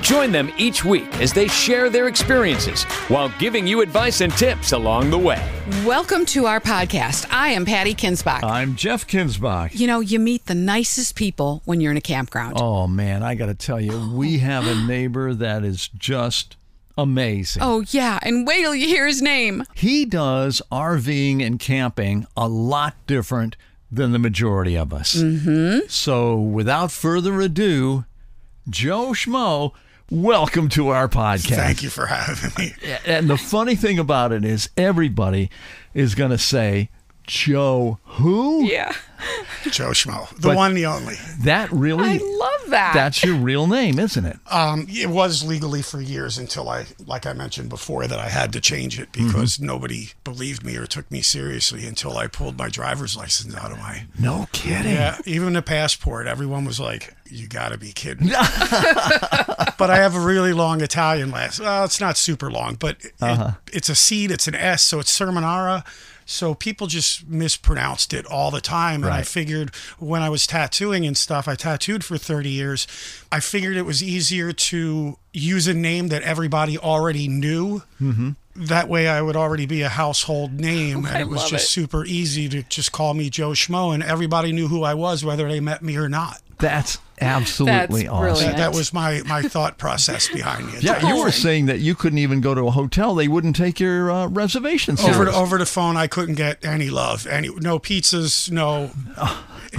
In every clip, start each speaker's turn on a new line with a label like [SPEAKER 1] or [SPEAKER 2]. [SPEAKER 1] Join them each week as they share their experiences while giving you advice and tips along the way.
[SPEAKER 2] Welcome to our podcast. I am Patty Kinsbach.
[SPEAKER 3] I'm Jeff Kinsbach.
[SPEAKER 2] you know, you meet the nicest people when you're in a campground. Oh,
[SPEAKER 3] Oh man, I got to tell you, we have a neighbor that is just amazing.
[SPEAKER 2] Oh, yeah, and wait till you hear his name.
[SPEAKER 3] He does RVing and camping a lot different than the majority of us. Mm-hmm. So, without further ado, Joe Schmo, welcome to our podcast.
[SPEAKER 4] Thank you for having me.
[SPEAKER 3] And the funny thing about it is, everybody is going to say, Joe, who?
[SPEAKER 2] Yeah,
[SPEAKER 4] Joe Schmo, the one, the only.
[SPEAKER 3] That really,
[SPEAKER 2] I love that.
[SPEAKER 3] that's your real name, isn't it?
[SPEAKER 4] Um, it was legally for years until I, like I mentioned before, that I had to change it because nobody believed me or took me seriously until I pulled my driver's license out of my.
[SPEAKER 3] No kidding.
[SPEAKER 4] Yeah, even the passport. Everyone was like, "You got to be kidding!" me." but I have a really long Italian last. Well, it's not super long, but it,
[SPEAKER 3] Uh-huh.
[SPEAKER 4] it's a seed. It's an S, so it's Sermonara. So people just mispronounced it all the time, and I
[SPEAKER 3] Right.
[SPEAKER 4] figured when I was tattooing and stuff, I tattooed for 30 years. I figured it was easier to use a name that everybody already knew. That way, I would already be a household name, and
[SPEAKER 2] I
[SPEAKER 4] it was
[SPEAKER 2] love
[SPEAKER 4] just
[SPEAKER 2] it.
[SPEAKER 4] super easy to just call me Joe Schmo, and everybody knew who I was, whether they met me or not.
[SPEAKER 3] That's absolutely
[SPEAKER 2] That's
[SPEAKER 3] awesome.
[SPEAKER 2] brilliant.
[SPEAKER 4] That, that was my my thought process behind it.
[SPEAKER 3] Yeah, you were saying that you couldn't even go to a hotel; they wouldn't take your uh, reservation.
[SPEAKER 4] over
[SPEAKER 3] seriously.
[SPEAKER 4] the, over the phone, I couldn't get any love, any no pizzas, no.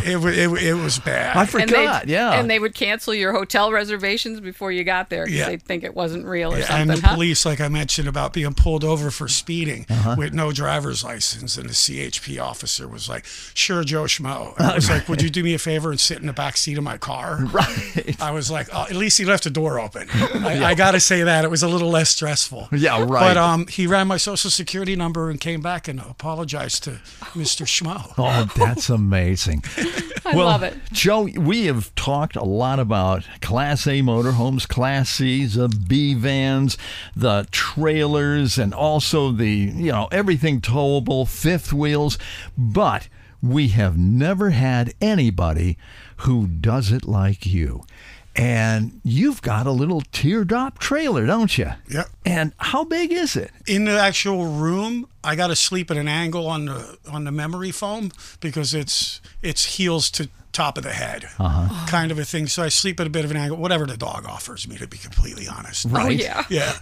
[SPEAKER 4] It wa- it, wa- it was bad.
[SPEAKER 3] Oh. I forgot.
[SPEAKER 5] they'd-
[SPEAKER 3] yeah,
[SPEAKER 5] And they would cancel your hotel reservations before you got there because
[SPEAKER 4] Yeah.
[SPEAKER 5] they'd think it wasn't real or
[SPEAKER 4] and
[SPEAKER 5] something.
[SPEAKER 4] the
[SPEAKER 5] huh?
[SPEAKER 4] police, like I mentioned, about being pulled over for speeding
[SPEAKER 3] Uh-huh.
[SPEAKER 4] with no driver's license, and the CHP officer was like, "Sure, Joe Schmo." And I was like, "Would you do me a favor and sit in the back seat of my car?"
[SPEAKER 3] right.
[SPEAKER 4] I was like, oh, at least he left the door open. I, I got to say that it was a little less stressful.
[SPEAKER 3] Yeah, right.
[SPEAKER 4] But um, he ran my social security number and came back and apologized to Mr. Schmo.
[SPEAKER 3] Oh, that's amazing.
[SPEAKER 5] I
[SPEAKER 3] well,
[SPEAKER 5] love it.
[SPEAKER 3] Joe, we have talked a lot about Class A motorhomes, Class C's, the B vans, the trailers, and also the, you know, everything towable, fifth wheels. But we have never had anybody who does it like you. And you've got a little teardrop trailer, don't you?
[SPEAKER 4] Yep.
[SPEAKER 3] And how big is it?
[SPEAKER 4] in the actual room, I got to sleep at an angle on the on the memory foam because it's it's heels to top of the head
[SPEAKER 3] Uh-huh.
[SPEAKER 4] kind of a thing. So I sleep at a bit of an angle, whatever the dog offers me, to be completely honest.
[SPEAKER 2] Oh,
[SPEAKER 3] Right.
[SPEAKER 5] Oh, yeah.
[SPEAKER 4] Yeah,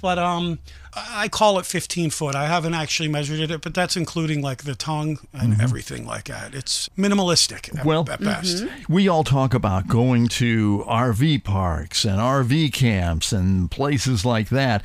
[SPEAKER 4] but um, I I call it 15 foot. I haven't actually measured it, but that's including like the tongue and everything like that. It's minimalistic at,
[SPEAKER 3] Mm-hmm. Well,
[SPEAKER 4] at best.
[SPEAKER 3] We all talk about going to RV parks and RV camps and places like that.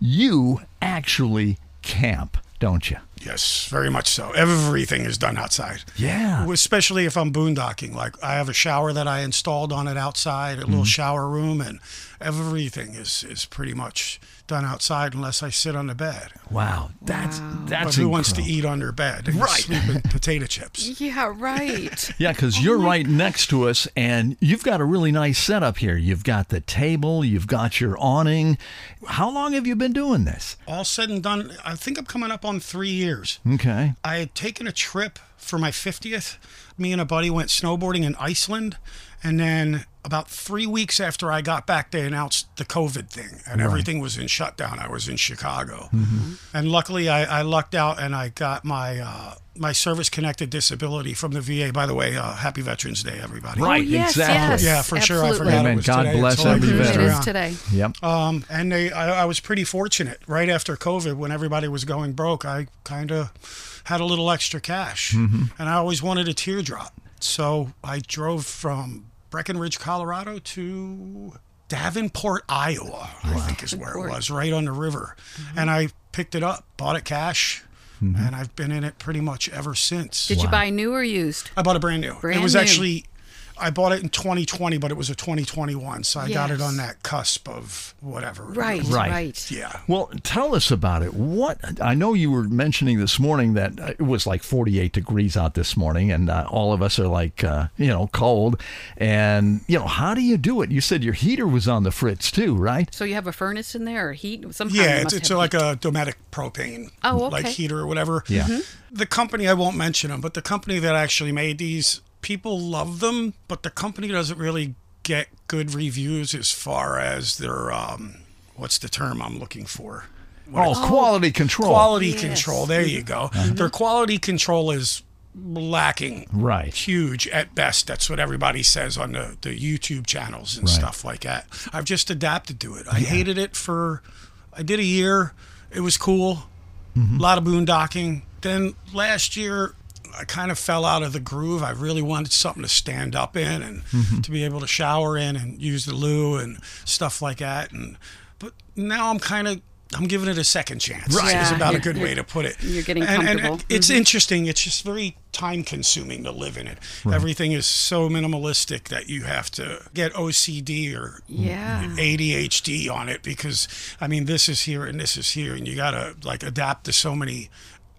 [SPEAKER 3] You actually camp, don't you?
[SPEAKER 4] Yes, very much so. Everything is done outside.
[SPEAKER 3] Yeah.
[SPEAKER 4] especially if I'm boondocking. Like I have a shower that I installed on it outside, a
[SPEAKER 3] Mm-hmm.
[SPEAKER 4] little shower room, and everything is is pretty much done outside unless I sit on the bed.
[SPEAKER 3] Wow. That's
[SPEAKER 4] But
[SPEAKER 3] that's
[SPEAKER 4] who wants to
[SPEAKER 3] incredible.
[SPEAKER 4] eat on their bed? They can
[SPEAKER 3] Right.
[SPEAKER 4] Sleep in potato chips.
[SPEAKER 2] yeah, right.
[SPEAKER 3] Yeah, because you're right next to us, and you've got a really nice setup here. You've got the table, you've got your awning. How long have you been doing this?
[SPEAKER 4] All said and done, I think I'm coming up on three years.
[SPEAKER 3] Okay.
[SPEAKER 4] I had taken a trip for my 50th. Me and a buddy went snowboarding in Iceland. And then about three weeks after I got back, they announced the COVID thing and everything was in shutdown. I was in Chicago.
[SPEAKER 3] Mm-hmm.
[SPEAKER 4] And luckily, I, I lucked out and I got my. Uh, my service connected disability from the VA. By the way, uh, happy Veterans Day, everybody.
[SPEAKER 3] Right,
[SPEAKER 2] Oh, yes,
[SPEAKER 3] exactly.
[SPEAKER 4] Yeah, for sure. I
[SPEAKER 2] Absolutely.
[SPEAKER 4] forgot
[SPEAKER 3] Amen.
[SPEAKER 4] it was
[SPEAKER 3] God
[SPEAKER 4] today.
[SPEAKER 3] bless
[SPEAKER 4] It's all I
[SPEAKER 3] every
[SPEAKER 4] can
[SPEAKER 3] veteran.
[SPEAKER 4] remember.
[SPEAKER 5] It
[SPEAKER 3] Yeah.
[SPEAKER 5] is today.
[SPEAKER 3] Yep.
[SPEAKER 4] Um, and they, I, I was pretty fortunate. Right after COVID, when everybody was going broke, I kind of had a little extra cash, and I always wanted a teardrop. So I drove from Breckenridge, Colorado, to Davenport, Iowa. I think is where it was, right on the river. And I picked it up, bought it cash, and I've been in it pretty much ever since.
[SPEAKER 5] Did you buy new or used?
[SPEAKER 4] I bought a brand new.
[SPEAKER 5] Brand
[SPEAKER 4] it was
[SPEAKER 5] new.
[SPEAKER 4] actually I bought it in 2020, but it was a 2021, so I got it
[SPEAKER 2] Yes.
[SPEAKER 4] on that cusp of whatever.
[SPEAKER 2] Right,
[SPEAKER 3] Right.
[SPEAKER 2] right.
[SPEAKER 4] Yeah.
[SPEAKER 3] Well, tell us about it. What I know you were mentioning this morning that uh, it was like 48 degrees out this morning, and uh, all of us are like, uh, you know, cold. And you know, how do you do it? You said your heater was on the fritz too, right?
[SPEAKER 5] So you have a furnace in there or heat? Somehow you
[SPEAKER 4] Yeah, it's,
[SPEAKER 5] must
[SPEAKER 4] it's
[SPEAKER 5] have
[SPEAKER 4] like
[SPEAKER 5] heat.
[SPEAKER 4] a Dometic propane,
[SPEAKER 5] Oh,
[SPEAKER 4] like
[SPEAKER 5] okay.
[SPEAKER 4] heater or whatever.
[SPEAKER 3] Yeah. Mhm.
[SPEAKER 5] Mm-hmm.
[SPEAKER 4] The company I won't mention them, but the company that actually made these, people love them, but the company doesn't really get good reviews as far as their um, what's the term I'm looking for? What
[SPEAKER 3] Oh, Uh-huh. quality control.
[SPEAKER 4] quality control. There
[SPEAKER 5] Mm-hmm.
[SPEAKER 4] you go. Their quality control is lacking.
[SPEAKER 3] Right.
[SPEAKER 4] Huge at best. That's what everybody says on the, the YouTube channels and
[SPEAKER 3] Right.
[SPEAKER 4] stuff like that. I've just adapted to it. I hated it for, I did a year. It was cool. A lot of boondocking. Then last year, I kind of fell out of the groove. I really wanted something to stand up in and to be able to shower in and use the loo and stuff like that. And but now I'm kind of I'm giving it a second chance. Right, is
[SPEAKER 5] Yeah,
[SPEAKER 4] about a
[SPEAKER 5] you're-
[SPEAKER 4] good way
[SPEAKER 5] you're-
[SPEAKER 4] to put it.
[SPEAKER 5] you're getting
[SPEAKER 4] and, and
[SPEAKER 5] comfortable.
[SPEAKER 4] it's interesting. It's just very time consuming to live in it. Everything is so minimalistic that you have to get OCD or
[SPEAKER 5] Yeah.
[SPEAKER 4] ADHD on it because I mean this is here and this is here and you gotta like adapt to so many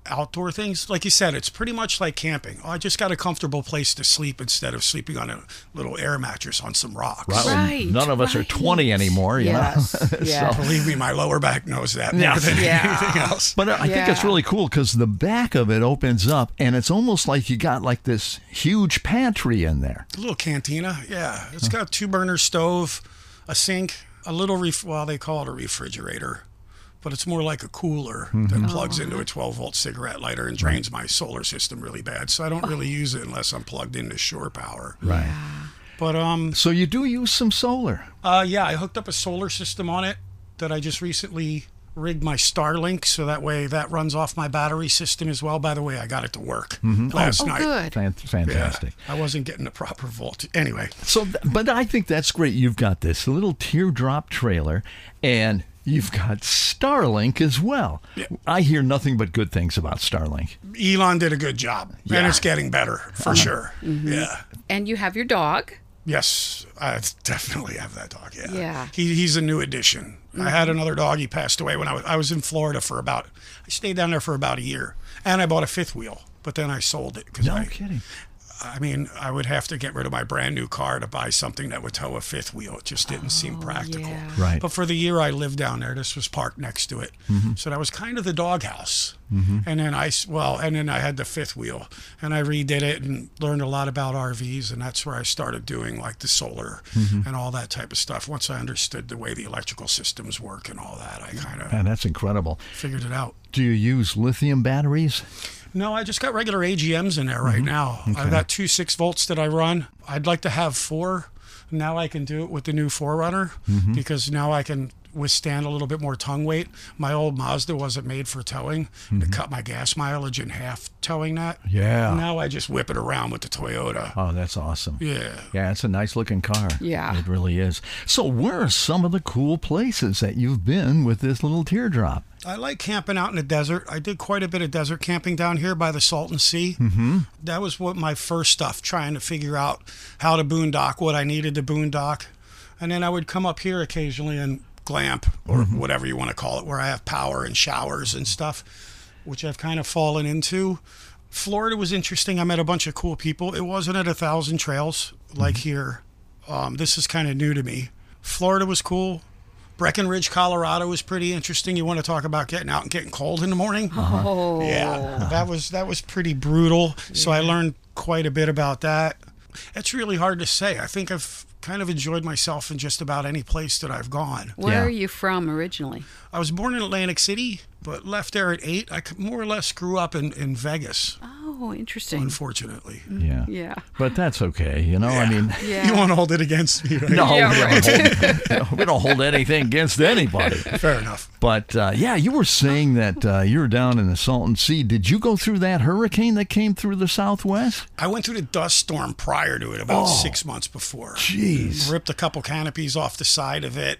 [SPEAKER 4] outdoor things. Like you said, it's pretty much like camping. Oh, I just got a comfortable place to sleep instead of sleeping on a little air mattress on some rocks.
[SPEAKER 3] Well,
[SPEAKER 5] Right,
[SPEAKER 3] None of us are
[SPEAKER 5] right.
[SPEAKER 3] 20 anymore, you know.
[SPEAKER 5] Yes. yes.
[SPEAKER 4] Believe me, my lower back knows that more
[SPEAKER 3] Yeah.
[SPEAKER 4] than
[SPEAKER 5] Yeah.
[SPEAKER 4] anything else.
[SPEAKER 3] But uh, I think it's
[SPEAKER 5] Yeah.
[SPEAKER 3] really cool because the back of it opens up, and it's almost like you got like this huge pantry in there.
[SPEAKER 4] A little cantina, yeah. It's got a two burner stove, a sink, a little ref. Well, they call it a refrigerator, but it's more like a cooler
[SPEAKER 3] Mm-hmm.
[SPEAKER 4] that plugs into a 12 volt cigarette lighter and drains my solar system really bad. So I don't really use it unless I'm plugged into shore power.
[SPEAKER 3] Right.
[SPEAKER 4] But um,
[SPEAKER 3] So you do use some solar.
[SPEAKER 4] uh, yeah, I hooked up a solar system on it that I just recently rigged my Starlink, so that way that runs off my battery system as well. By the way, I got it to work last
[SPEAKER 5] Oh,
[SPEAKER 4] night.
[SPEAKER 5] good.
[SPEAKER 3] Fan-
[SPEAKER 4] Yeah,
[SPEAKER 3] Mm-hmm. Fantastic.
[SPEAKER 4] I wasn't getting the proper voltage. Anyway,
[SPEAKER 3] So, th- but I think that's great. You've got this little teardrop trailer, and you've got Starlink as well.
[SPEAKER 4] Yeah.
[SPEAKER 3] I hear nothing but good things about Starlink.
[SPEAKER 4] Elon did a good job, and
[SPEAKER 3] Yeah.
[SPEAKER 4] it's getting better for
[SPEAKER 5] Uh-huh.
[SPEAKER 4] sure.
[SPEAKER 5] Mm-hmm.
[SPEAKER 4] Yeah.
[SPEAKER 5] And you have your dog.
[SPEAKER 4] Yes, I definitely have that dog. Yeah.
[SPEAKER 5] Yeah. Mm-hmm.
[SPEAKER 4] He, he's a new addition. I had another dog. He passed away when I was I was in Florida for about. I stayed down there for about a year, and I bought a fifth wheel, but then I sold it because
[SPEAKER 3] No
[SPEAKER 4] I,
[SPEAKER 3] kidding.
[SPEAKER 4] I mean, I would have to get rid of my brand new car to buy something that would tow a fifth wheel. It just didn't seem practical.
[SPEAKER 5] Oh, yeah.
[SPEAKER 3] Right.
[SPEAKER 4] But for the year I lived down there, this was parked next to it, so that was kind of the doghouse. And then I s- well, and then I had the fifth wheel, and I redid it and learned a lot about RVs, and that's where I started doing like the solar and all that type of stuff. Once I understood the way the electrical systems work and all that, I kind of
[SPEAKER 3] Man, that's incredible.
[SPEAKER 4] figured it out.
[SPEAKER 3] Do you use lithium batteries?
[SPEAKER 4] No, I just got regular AGMs in there right now. I've got two six volts that I run. I'd like to have four. Now I can do it with the new Forerunner because now I can withstand a little bit more tongue weight. My old Mazda wasn't made for towing. It cut my gas mileage in half towing that.
[SPEAKER 3] Yeah.
[SPEAKER 4] Now I just whip it around with the Toyota.
[SPEAKER 3] Oh, that's awesome.
[SPEAKER 4] Yeah.
[SPEAKER 3] Yeah, it's a nice looking car.
[SPEAKER 5] Yeah.
[SPEAKER 3] It really is. So, where are some of the cool places that you've been with this little teardrop?
[SPEAKER 4] I like camping out in the desert. I did quite a bit of desert camping down here by the Salton Sea. Mm-hmm. That was what my first stuff, trying to figure out how to boondock, what I needed to boondock. And then I would come up here occasionally and glamp or whatever you want to call it, where I have power and showers and stuff, which I've kind of fallen into. Florida was interesting. I met a bunch of cool people. It wasn't at a thousand trails like here. Um, this is kind of new to me. Florida was cool. Breckenridge, Colorado was pretty interesting. You want to talk about getting out and getting cold in the morning?
[SPEAKER 5] Oh.
[SPEAKER 4] Yeah, that was that was pretty brutal. So I learned quite a bit about that. It's really hard to say. I think I've kind of enjoyed myself in just about any place that I've gone.
[SPEAKER 5] Where
[SPEAKER 3] Yeah.
[SPEAKER 5] are you from originally?
[SPEAKER 4] I was born in Atlantic City, but left there at eight. I c- more or less grew up in, in Vegas,
[SPEAKER 5] Oh, interesting.
[SPEAKER 4] unfortunately.
[SPEAKER 3] Yeah.
[SPEAKER 5] Yeah.
[SPEAKER 3] But that's okay. You know, I mean,
[SPEAKER 5] Yeah.
[SPEAKER 4] You won't hold it against me, right?
[SPEAKER 3] no,
[SPEAKER 5] Yeah,
[SPEAKER 3] we, don't
[SPEAKER 5] right.
[SPEAKER 3] hold, no, we don't hold anything against anybody.
[SPEAKER 4] Fair enough.
[SPEAKER 3] But uh, yeah, you were saying that uh, you were down in the Salton Sea. Did you go through that hurricane that came through the Southwest?
[SPEAKER 4] I went through the dust storm prior to it, about six months before.
[SPEAKER 3] Oh, Jeez.
[SPEAKER 4] Ripped a couple canopies off the side of it.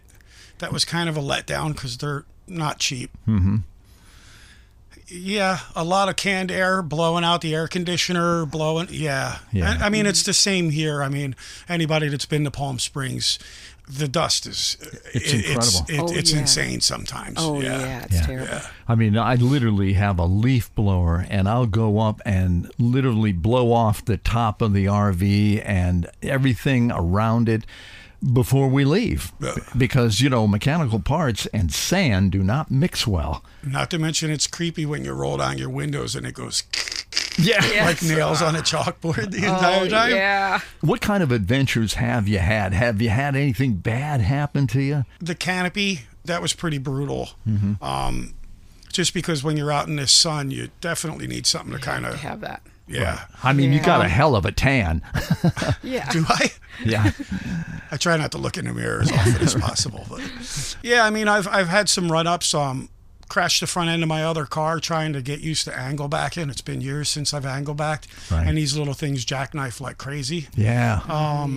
[SPEAKER 4] That was kind of a letdown because they're not cheap. Mm-hmm. yeah, a lot of canned air blowing out the air conditioner, blowing. Yeah.
[SPEAKER 3] Yeah.
[SPEAKER 4] I, I mean, it's the same here. I mean, anybody that's been to Palm Springs, the dust is.
[SPEAKER 3] It's incredible.
[SPEAKER 4] It's, it,
[SPEAKER 5] Oh,
[SPEAKER 4] it's
[SPEAKER 5] yeah.
[SPEAKER 4] insane sometimes.
[SPEAKER 5] Oh yeah, it's terrible.
[SPEAKER 3] I mean, I literally have a leaf blower and I'll go up and literally blow off the top of the RV and everything around it before we leave. Because, you know, mechanical parts and sand do not mix well.
[SPEAKER 4] Not to mention, it's creepy when you roll down your windows and it goes
[SPEAKER 3] Yeah.
[SPEAKER 4] like nails on a chalkboard the entire time.
[SPEAKER 5] yeah.
[SPEAKER 3] What kind of adventures have you had? Have you had anything bad happen to you?
[SPEAKER 4] the canopy that was pretty brutal um, just because when you're out in the sun you definitely need something to kind
[SPEAKER 5] I
[SPEAKER 4] of
[SPEAKER 5] have that.
[SPEAKER 4] yeah
[SPEAKER 3] I mean, you
[SPEAKER 5] Yeah.
[SPEAKER 3] got a hell of a tan.
[SPEAKER 5] Yeah.
[SPEAKER 4] do i
[SPEAKER 3] yeah.
[SPEAKER 4] i try not to look in the mirror as often as possible but yeah i mean i've i've had some run-ups um crashed the front end of my other car trying to get used to angle backing it's been years since i've angle backed
[SPEAKER 3] Right.
[SPEAKER 4] and these little things jackknife like crazy
[SPEAKER 3] Yeah.
[SPEAKER 4] Uh,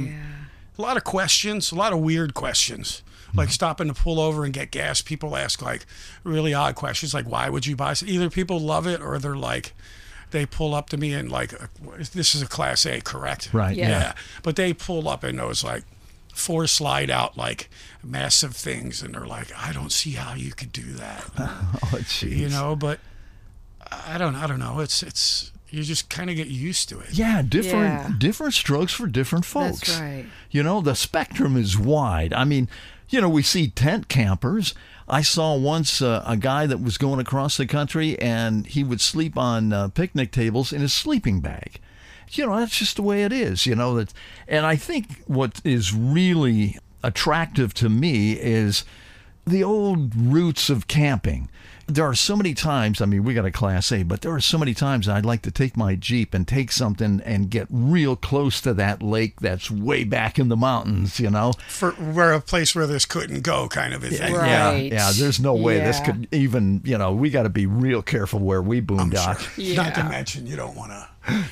[SPEAKER 4] a lot of questions, a lot of weird questions.
[SPEAKER 3] Mm-hmm.
[SPEAKER 4] Like stopping to pull over and get gas, people ask like really odd questions, like why would you buy? s-" Either people love it or they're like, they pull up to me and like, uh, this is a Class A, correct?
[SPEAKER 3] Right,
[SPEAKER 5] Yeah.
[SPEAKER 4] Yeah, but they pull up and those like four slide out like massive things, and they're like, I don't see how you could do that,
[SPEAKER 3] oh, jeez.
[SPEAKER 4] you know. But I don't, I don't know. It's it's you just kind of get used to it.
[SPEAKER 3] Yeah, different
[SPEAKER 5] Yeah.
[SPEAKER 3] different strokes for different
[SPEAKER 5] That's
[SPEAKER 3] folks.
[SPEAKER 5] right.
[SPEAKER 3] You know, the spectrum is wide. I mean, you know, we see tent campers. I saw once uh, a guy that was going across the country and he would sleep on uh, picnic tables in his sleeping bag. You know, that's just the way it is, you know that and I think what is really attractive to me is the old roots of camping. There are so many times, I mean, we got a Class A, but there are so many times I'd like to take my Jeep and take something and get real close to that lake that's way back in the mountains, you know?
[SPEAKER 4] For where a place where this couldn't go, kind of a thing.
[SPEAKER 5] Right.
[SPEAKER 3] Yeah, yeah, there's no way this
[SPEAKER 5] Yeah.
[SPEAKER 3] could even, you know, we got to be real careful where we boondock.
[SPEAKER 4] Not to
[SPEAKER 5] Yeah.
[SPEAKER 4] mention you don't want to.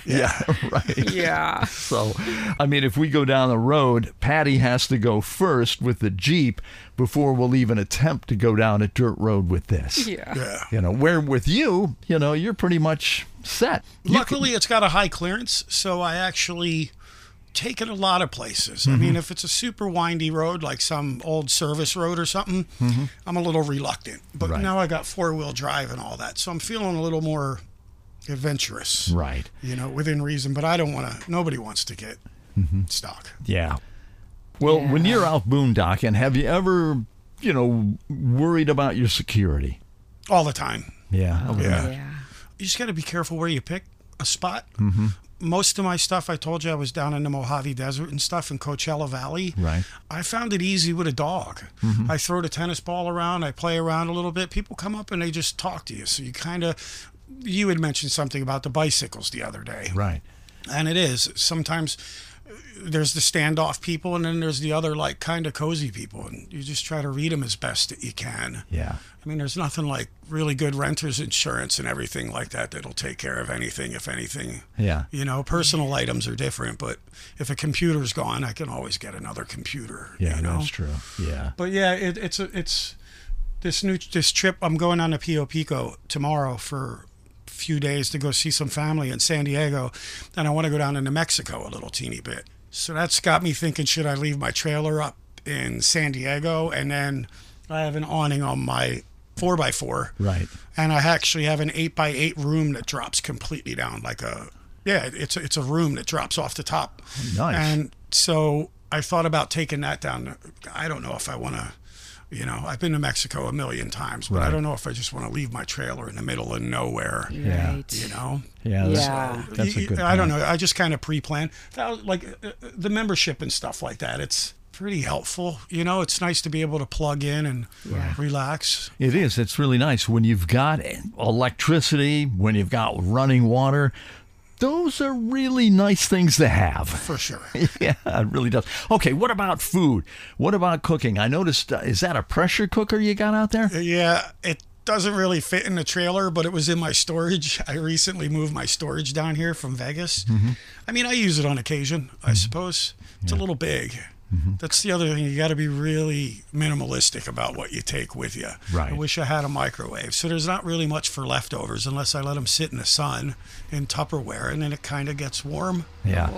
[SPEAKER 3] Yeah, right.
[SPEAKER 5] Yeah.
[SPEAKER 3] So, I mean, if we go down the road, Patty has to go first with the Jeep before we'll even attempt to go down a dirt road with this.
[SPEAKER 5] Yeah.
[SPEAKER 4] Yeah.
[SPEAKER 3] You know, where with you, you know, you're pretty much set. You
[SPEAKER 4] Luckily, it's got a high clearance, so I actually take it a lot of places. I mean, if it's a super windy road, like some old service road or something, I'm a little reluctant. But
[SPEAKER 3] Right.
[SPEAKER 4] now I got four wheel drive and all that, so I'm feeling a little more adventurous,
[SPEAKER 3] can- right.
[SPEAKER 4] you know, within reason. But I don't want to, nobody wants to get stuck.
[SPEAKER 3] Yeah. Well, when
[SPEAKER 5] Yeah.
[SPEAKER 3] you're out boondocking, have you ever, you know, worried about your security? Oh,
[SPEAKER 4] all the time.
[SPEAKER 3] Yeah.
[SPEAKER 4] Yeah.
[SPEAKER 5] Yeah.
[SPEAKER 4] you just got to be careful where you pick a spot. Mm-hmm. Most of my stuff, I told you, I was down in the Mojave Desert and stuff in Coachella Valley.
[SPEAKER 3] Right. Mm-hmm.
[SPEAKER 4] I found it easy with a dog. I throw the tennis ball around, I play around a little bit. People come up and they just talk to you. So you kind of, you had mentioned something about the bicycles the other day.
[SPEAKER 3] Right.
[SPEAKER 4] And it is. Sometimes uh, there's the standoff people and then there's the other, like, kind of cozy people. And you just try to read them as best that you can.
[SPEAKER 3] Yeah.
[SPEAKER 4] I mean, there's nothing like really good renter's insurance and everything like that that'll take care of anything, if anything.
[SPEAKER 3] Yeah.
[SPEAKER 4] You know, personal items are different, but if a computer's gone, I can always get another computer.
[SPEAKER 3] Yeah,
[SPEAKER 4] you know?
[SPEAKER 3] that's true. Yeah.
[SPEAKER 4] But yeah, it, it's a, it's this new this trip. I'm going on to Pio Pico tomorrow for a few days to go see some family in San Diego, and I want to go down into Mexico a little teeny bit. So that's got me thinking: should I leave my trailer up in San Diego, and then I have an awning on my four x four,
[SPEAKER 3] Right.
[SPEAKER 4] and I actually have an eight by eight room that drops completely down, like a yeah, it's a, it's a room that drops off the top.
[SPEAKER 3] Nice.
[SPEAKER 4] And so I thought about taking that down. I don't know if I want to, you know, I've been to Mexico a million times, but I
[SPEAKER 3] Right.
[SPEAKER 4] don't know if I just want to leave my trailer in the middle of nowhere.
[SPEAKER 3] Yeah.
[SPEAKER 5] Right.
[SPEAKER 4] You know.
[SPEAKER 3] Yeah. That's,
[SPEAKER 5] Yeah.
[SPEAKER 3] that's a
[SPEAKER 4] You-
[SPEAKER 3] good.
[SPEAKER 4] I don't
[SPEAKER 3] point.
[SPEAKER 4] know. I just kind of pre-plan, That- like uh, uh, the membership and stuff like that. It's pretty helpful. You know, it's nice to be able to plug in and relax.
[SPEAKER 3] It is. It's really nice when you've got electricity, when you've got running water. Those are really nice things to have.
[SPEAKER 4] For sure.
[SPEAKER 3] yeah, it really does. Okay, what about food? What about cooking? I noticed, uh, is that a pressure cooker you got out there?
[SPEAKER 4] Yeah, it doesn't really fit in the trailer, but it was in my storage. I recently moved my storage down here from Vegas. I mean, I use it on occasion, I suppose. It's a little big. That's the other thing. You got to be really minimalistic about what you take with you.
[SPEAKER 3] Right.
[SPEAKER 4] I wish I had a microwave. So there's not really much for leftovers unless I let them sit in the sun in Tupperware, and then it kind of gets warm.
[SPEAKER 3] Yeah.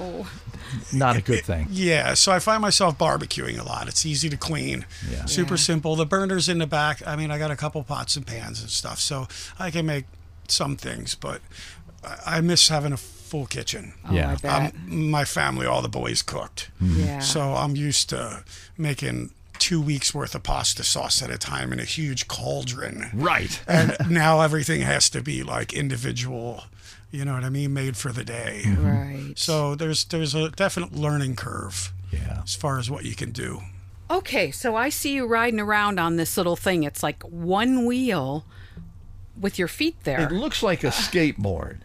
[SPEAKER 3] Not a good thing.
[SPEAKER 4] Yeah, so I find myself barbecuing a lot. It's easy to clean,
[SPEAKER 3] Yeah.
[SPEAKER 4] super
[SPEAKER 5] Yeah.
[SPEAKER 4] simple. The burner's in the back. I mean, I got a couple pots and pans and stuff, so I can make some things, but I I miss having a full kitchen.
[SPEAKER 5] Oh,
[SPEAKER 3] Yeah.
[SPEAKER 5] I bet.
[SPEAKER 4] Um, my family, all the boys cooked.
[SPEAKER 5] yeah.
[SPEAKER 4] So I'm used to making two weeks worth of pasta sauce at a time in a huge cauldron.
[SPEAKER 3] Right.
[SPEAKER 4] And now everything has to be like individual, you know what I mean, made for the day.
[SPEAKER 5] right.
[SPEAKER 4] So there's there's a definite learning curve
[SPEAKER 3] Yeah.
[SPEAKER 4] as far as what you can do.
[SPEAKER 2] Okay, so I see you riding around on this little thing. It's like one wheel with your feet
[SPEAKER 3] It
[SPEAKER 2] there.
[SPEAKER 3] looks like a skateboard.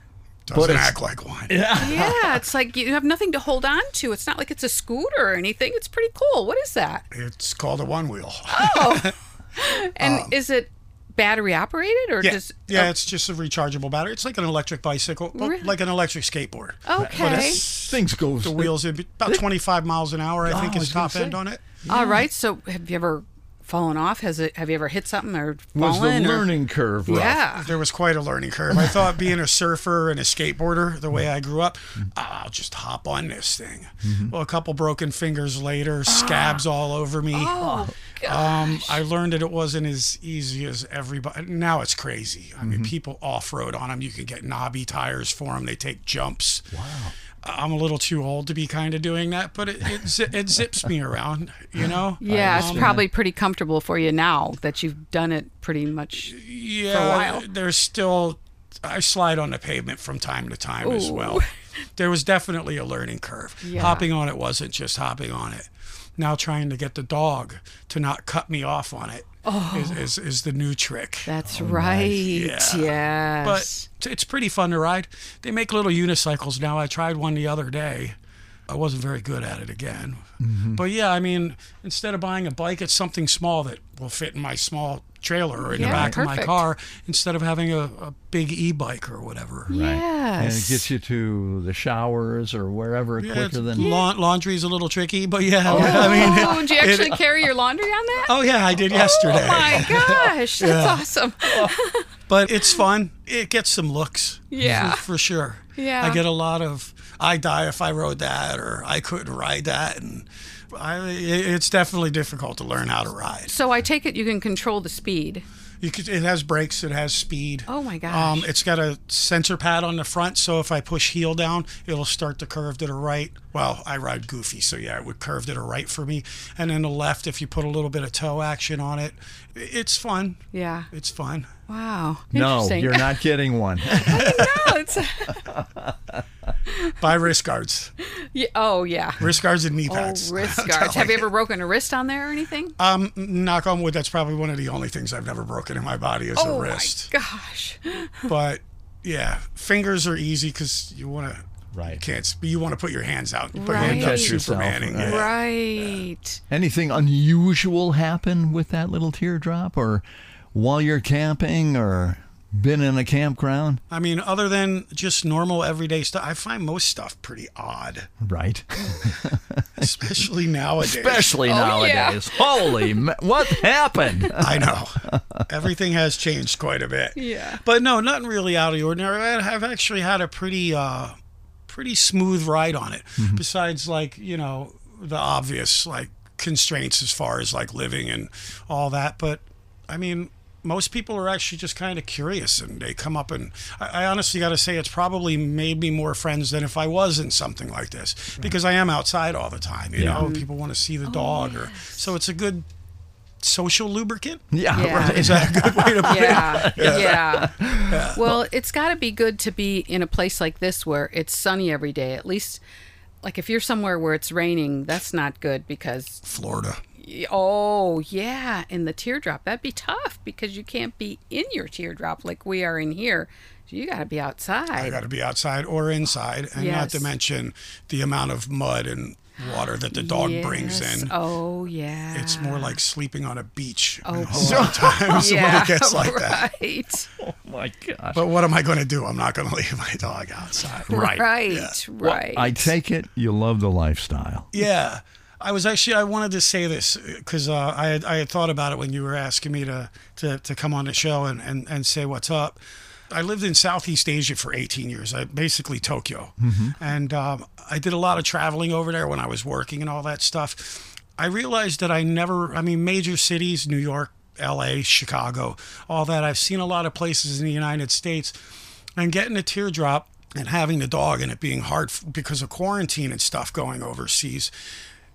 [SPEAKER 3] But
[SPEAKER 4] Doesn't
[SPEAKER 3] it's-
[SPEAKER 4] act like one.
[SPEAKER 2] Yeah, it's like you have nothing to hold on to. It's not like it's a scooter or anything. It's pretty cool. What is that?
[SPEAKER 4] It's called a one wheel.
[SPEAKER 2] And is it battery operated or
[SPEAKER 4] yeah,
[SPEAKER 2] just oh.
[SPEAKER 4] yeah it's just a rechargeable battery. It's like an electric bicycle, but
[SPEAKER 2] Really?
[SPEAKER 4] like an electric skateboard.
[SPEAKER 2] Oh, okay.
[SPEAKER 3] Things go.
[SPEAKER 4] The wheels are about 25 miles an hour, I think,
[SPEAKER 3] I
[SPEAKER 4] is
[SPEAKER 3] was gonna
[SPEAKER 4] top end
[SPEAKER 3] say.
[SPEAKER 4] on it.
[SPEAKER 2] All right. So have you ever fallen off? Has it? Have you ever hit something or
[SPEAKER 3] Was the
[SPEAKER 2] fallen? or-
[SPEAKER 3] learning curve rough?
[SPEAKER 2] Yeah.
[SPEAKER 4] There was quite a learning curve. I thought being a surfer and a skateboarder, the way I grew up,
[SPEAKER 3] Mm-hmm.
[SPEAKER 4] "Ah, I'll just hop on this thing. Well, a couple broken fingers later, scabs all over me.
[SPEAKER 2] Ah. Oh,
[SPEAKER 4] Um, I learned that it wasn't as easy as everybody. Now it's crazy. I
[SPEAKER 2] Mm-hmm.
[SPEAKER 4] mean, people off road on them. You can get knobby tires for them. They take jumps. Wow. I'm a little too old to be kind of doing that, but it it, zi- it zips me around. You know.
[SPEAKER 2] yeah. It's probably pretty comfortable for you now that you've done it pretty much.
[SPEAKER 4] yeah,
[SPEAKER 2] while.
[SPEAKER 4] There's still, I slide on the pavement from time to time as
[SPEAKER 2] Ooh.
[SPEAKER 4] well. There was definitely a learning curve.
[SPEAKER 2] Yeah.
[SPEAKER 4] Hopping on it wasn't just hopping on it. Now trying to get the dog to not cut me off on it is
[SPEAKER 2] Oh.
[SPEAKER 4] is, is the new trick.
[SPEAKER 2] That's right.
[SPEAKER 4] Yeah.
[SPEAKER 2] Yes.
[SPEAKER 4] but t- it's pretty fun to ride. They make little unicycles now. I tried one the other day. I wasn't very good at it again. But yeah, I mean, instead of buying a bike, it's something small that will fit in my small trailer or in
[SPEAKER 2] Yeah,
[SPEAKER 4] the back of my
[SPEAKER 2] perfect.
[SPEAKER 4] car instead of having a, a big e bike or whatever.
[SPEAKER 3] Right. And it
[SPEAKER 2] Yes.
[SPEAKER 3] gets you to the showers or wherever
[SPEAKER 4] Yeah,
[SPEAKER 3] quicker than.
[SPEAKER 4] laun- laundry's a little tricky, but yeah. I mean,
[SPEAKER 2] oh, did you actually carry your laundry on that?
[SPEAKER 4] oh, yeah, I did yesterday.
[SPEAKER 2] my gosh, that's awesome.
[SPEAKER 4] but it's fun. It gets some looks.
[SPEAKER 2] Yeah.
[SPEAKER 4] For, for sure.
[SPEAKER 2] Yeah.
[SPEAKER 4] I get a lot of I die if I rode that or I couldn't ride that and I, it- it's definitely difficult to learn how to ride.
[SPEAKER 2] So I take it you can control the speed.
[SPEAKER 4] You could, it has brakes, it has speed.
[SPEAKER 2] Oh my gosh.
[SPEAKER 4] Um, it's got a sensor pad on the front, so if I push heel down, it'll start to curve to the right. Well, I ride goofy, so yeah, it would curve to the right for me. And then the left, if you put a little bit of toe action on it, it's fun.
[SPEAKER 2] Yeah.
[SPEAKER 4] It's fun.
[SPEAKER 2] Wow.
[SPEAKER 3] No,
[SPEAKER 2] Interesting.
[SPEAKER 3] you're not getting one.
[SPEAKER 2] no, it's,
[SPEAKER 4] Buy wrist guards,
[SPEAKER 2] yeah, oh yeah.
[SPEAKER 4] wrist guards and knee
[SPEAKER 2] Oh,
[SPEAKER 4] pads.
[SPEAKER 2] wrist guards. Have you ever broken a wrist on there or anything?
[SPEAKER 4] Um, knock on wood, that's probably one of the only things I've never broken in my body is
[SPEAKER 2] oh
[SPEAKER 4] a wrist.
[SPEAKER 2] my gosh.
[SPEAKER 4] But yeah, fingers are easy because you want to.
[SPEAKER 3] Right.
[SPEAKER 4] You can't. You want to put your hands out. But
[SPEAKER 2] Right.
[SPEAKER 4] you end up
[SPEAKER 2] Catch
[SPEAKER 3] yourself,
[SPEAKER 4] Supermaning.
[SPEAKER 3] right.
[SPEAKER 4] it.
[SPEAKER 2] Right.
[SPEAKER 3] Anything unusual happen with that little teardrop, or while you're camping, or been in a campground?
[SPEAKER 4] I mean, other than just normal everyday stuff, I find most stuff pretty odd,
[SPEAKER 3] Right.
[SPEAKER 4] especially nowadays.
[SPEAKER 3] Especially
[SPEAKER 2] yeah.
[SPEAKER 3] nowadays. Holy, ma- what happened?
[SPEAKER 4] I know. Everything has changed quite a bit.
[SPEAKER 2] Yeah.
[SPEAKER 4] But no, nothing really out of the ordinary. I- I've actually had a pretty, uh, pretty smooth ride on it. Besides, like you know, the obvious like constraints as far as like living and all that. But I mean. Most people are actually just kind of curious and they come up and I, I honestly got to say it's probably made me more friends than if I was in something like this because I am outside all the time, you know, people want to see the dog or so it's a good social lubricant.
[SPEAKER 3] Yeah,
[SPEAKER 2] Yeah.
[SPEAKER 3] right.
[SPEAKER 4] Is that a good way to put it?
[SPEAKER 2] Yeah. yeah. Well, it's got to be good to be in a place like this where it's sunny every day. At least, like if you're somewhere where it's raining, that's not good because,
[SPEAKER 4] Florida.
[SPEAKER 2] oh, yeah, in the teardrop, that'd be tough because you can't be in your teardrop like we are in here. You got to be
[SPEAKER 4] I
[SPEAKER 2] outside.
[SPEAKER 4] got to be outside or inside, and not to
[SPEAKER 2] Yes.
[SPEAKER 4] mention the amount of mud and water that the dog brings
[SPEAKER 2] Yes.
[SPEAKER 4] in.
[SPEAKER 2] Oh, yeah.
[SPEAKER 4] It's more like sleeping on a beach
[SPEAKER 2] Oh,
[SPEAKER 4] a whole lot of times when
[SPEAKER 2] yeah,
[SPEAKER 4] it gets like that.
[SPEAKER 2] right.
[SPEAKER 3] Oh my gosh.
[SPEAKER 4] But what am I going to do? I'm not going to leave my dog outside.
[SPEAKER 2] Right. Right.
[SPEAKER 3] I take it you love the lifestyle.
[SPEAKER 4] Yeah. I was actually I wanted to say this because uh, I had I had thought about it when you were asking me to to, to come on the show and, and, and say what's up. I lived in Southeast Asia for 18 years, I, basically Tokyo, and um, I did a lot of traveling over there when I was working and all that stuff. I realized that I never I mean major cities, New York, L.A., Chicago, all that. I've seen a lot of places in the United States, and getting a teardrop and having the dog and it being hard f- because of quarantine and stuff going overseas.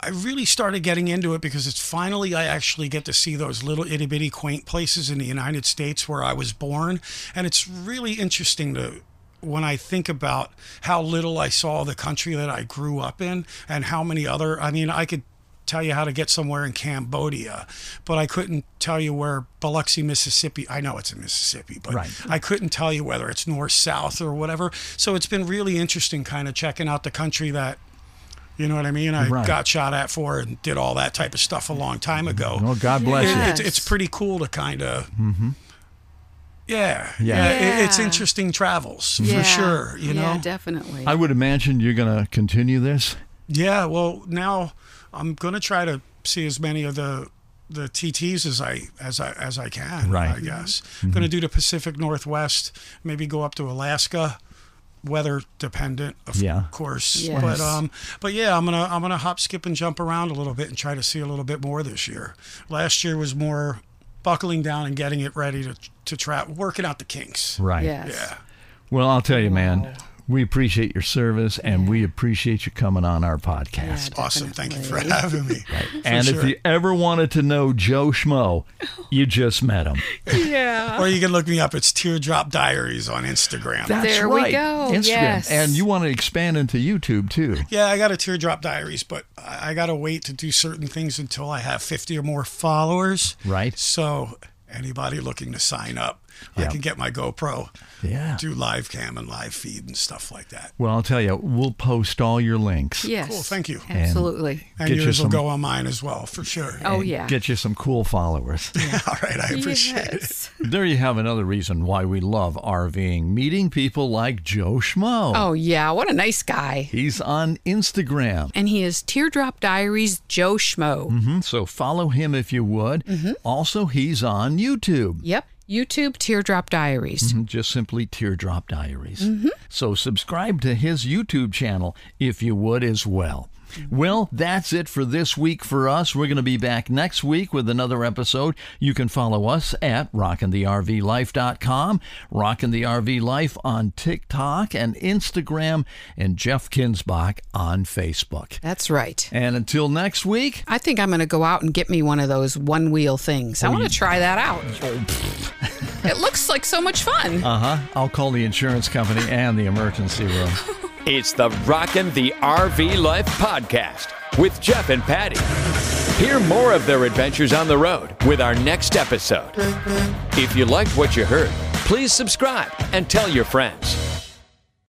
[SPEAKER 4] I really started getting into it because it's finally I actually get to see those little itty bitty quaint places in the United States where I was born, and it's really interesting to when I think about how little I saw the country that I grew up in and how many other. I mean, I could tell you how to get somewhere in Cambodia, but I couldn't tell you where Biloxi, Mississippi. I know it's in Mississippi, but
[SPEAKER 3] Right.
[SPEAKER 4] I couldn't tell you whether it's north, south, or whatever. So it's been really interesting, kind of checking out the country that. You know what I mean? I
[SPEAKER 3] Right.
[SPEAKER 4] got shot at for and did all that type of stuff a long time ago.
[SPEAKER 3] Oh, God bless
[SPEAKER 4] It-
[SPEAKER 3] you. Mm-hmm.
[SPEAKER 4] it's, it's pretty cool to kind of. Yeah,
[SPEAKER 3] Yeah.
[SPEAKER 4] yeah, it- it's
[SPEAKER 2] Yeah.
[SPEAKER 4] interesting travels
[SPEAKER 2] Yeah.
[SPEAKER 4] for sure. You know,
[SPEAKER 2] Yeah, definitely.
[SPEAKER 3] I would imagine you're going to continue this.
[SPEAKER 4] Yeah, well, now I'm gonna try to see as many of the the TTs as I as I as I can.
[SPEAKER 3] Right. Mm-hmm.
[SPEAKER 4] I guess I'm gonna do the Pacific Northwest, maybe go up to Alaska, weather dependent, of
[SPEAKER 3] Yeah.
[SPEAKER 4] course.
[SPEAKER 2] Yes.
[SPEAKER 4] But um, but yeah, I'm gonna I'm gonna hop, skip, and jump around a little bit and try to see a little bit more this year. Last year was more buckling down and getting it ready to to try working out the kinks.
[SPEAKER 3] Right.
[SPEAKER 2] Yes.
[SPEAKER 4] Yeah.
[SPEAKER 3] Well, I'll tell you, man, we appreciate your service and we appreciate you coming on our
[SPEAKER 2] Yeah,
[SPEAKER 3] podcast.
[SPEAKER 4] Awesome. Thank you for
[SPEAKER 2] definitely.
[SPEAKER 4] having me.
[SPEAKER 3] and
[SPEAKER 4] sure.
[SPEAKER 3] if you ever wanted to know Joe Schmo, you just met him.
[SPEAKER 2] Yeah.
[SPEAKER 4] Or you can look me up. It's Teardrop Diaries on Instagram.
[SPEAKER 2] There we go.
[SPEAKER 3] Instagram.
[SPEAKER 2] Yes.
[SPEAKER 3] And you want to expand into YouTube too.
[SPEAKER 4] Yeah, I got a teardrop diaries, but I I gotta wait to do certain things until I have fifty or more followers.
[SPEAKER 3] Right.
[SPEAKER 4] So anybody looking to sign up,
[SPEAKER 3] Yeah.
[SPEAKER 4] I can get my GoPro,
[SPEAKER 3] Yeah.
[SPEAKER 4] do live cam and live feed and stuff like that.
[SPEAKER 3] Well, I'll tell you, we'll post all your links.
[SPEAKER 2] Yes.
[SPEAKER 4] Cool, thank you.
[SPEAKER 2] Absolutely.
[SPEAKER 4] And
[SPEAKER 3] Get you
[SPEAKER 4] yours
[SPEAKER 3] some-
[SPEAKER 4] will go on mine as well for sure.
[SPEAKER 2] oh yeah.
[SPEAKER 3] Get you some cool followers.
[SPEAKER 4] All right, I appreciate it.
[SPEAKER 2] yes.
[SPEAKER 3] there you have another reason why we love RVing meeting people like Joe Schmo.
[SPEAKER 2] Oh yeah. What a nice guy.
[SPEAKER 3] He's on Instagram.
[SPEAKER 2] And he is Teardrop Diaries Joe Schmo.
[SPEAKER 4] Mm-hmm.
[SPEAKER 3] Mhm, So follow him if you would. Also, he's on YouTube.
[SPEAKER 2] Yep. YouTube Teardrop Diaries.
[SPEAKER 3] Just simply Teardrop Diaries. So subscribe to his YouTube channel if you would as well. Well, that's it for this week for us. We're going to be back next week with another episode. You can follow us at rockinthervlife.com, Rockin' the RV Life on TikTok and Instagram, and Jeff Kinsbach on Facebook.
[SPEAKER 2] That's right.
[SPEAKER 3] And until next week,
[SPEAKER 2] I think I'm going to go out and get me one of those one wheel things. I want to try that out. it looks like so much fun.
[SPEAKER 3] uh huh, I'll call the insurance company and the emergency room.
[SPEAKER 1] It's the Rockin' the RV Life podcast with Jeff and Patty. Hear more of their adventures on the road with our next episode. If you liked what you heard, please subscribe and tell your friends.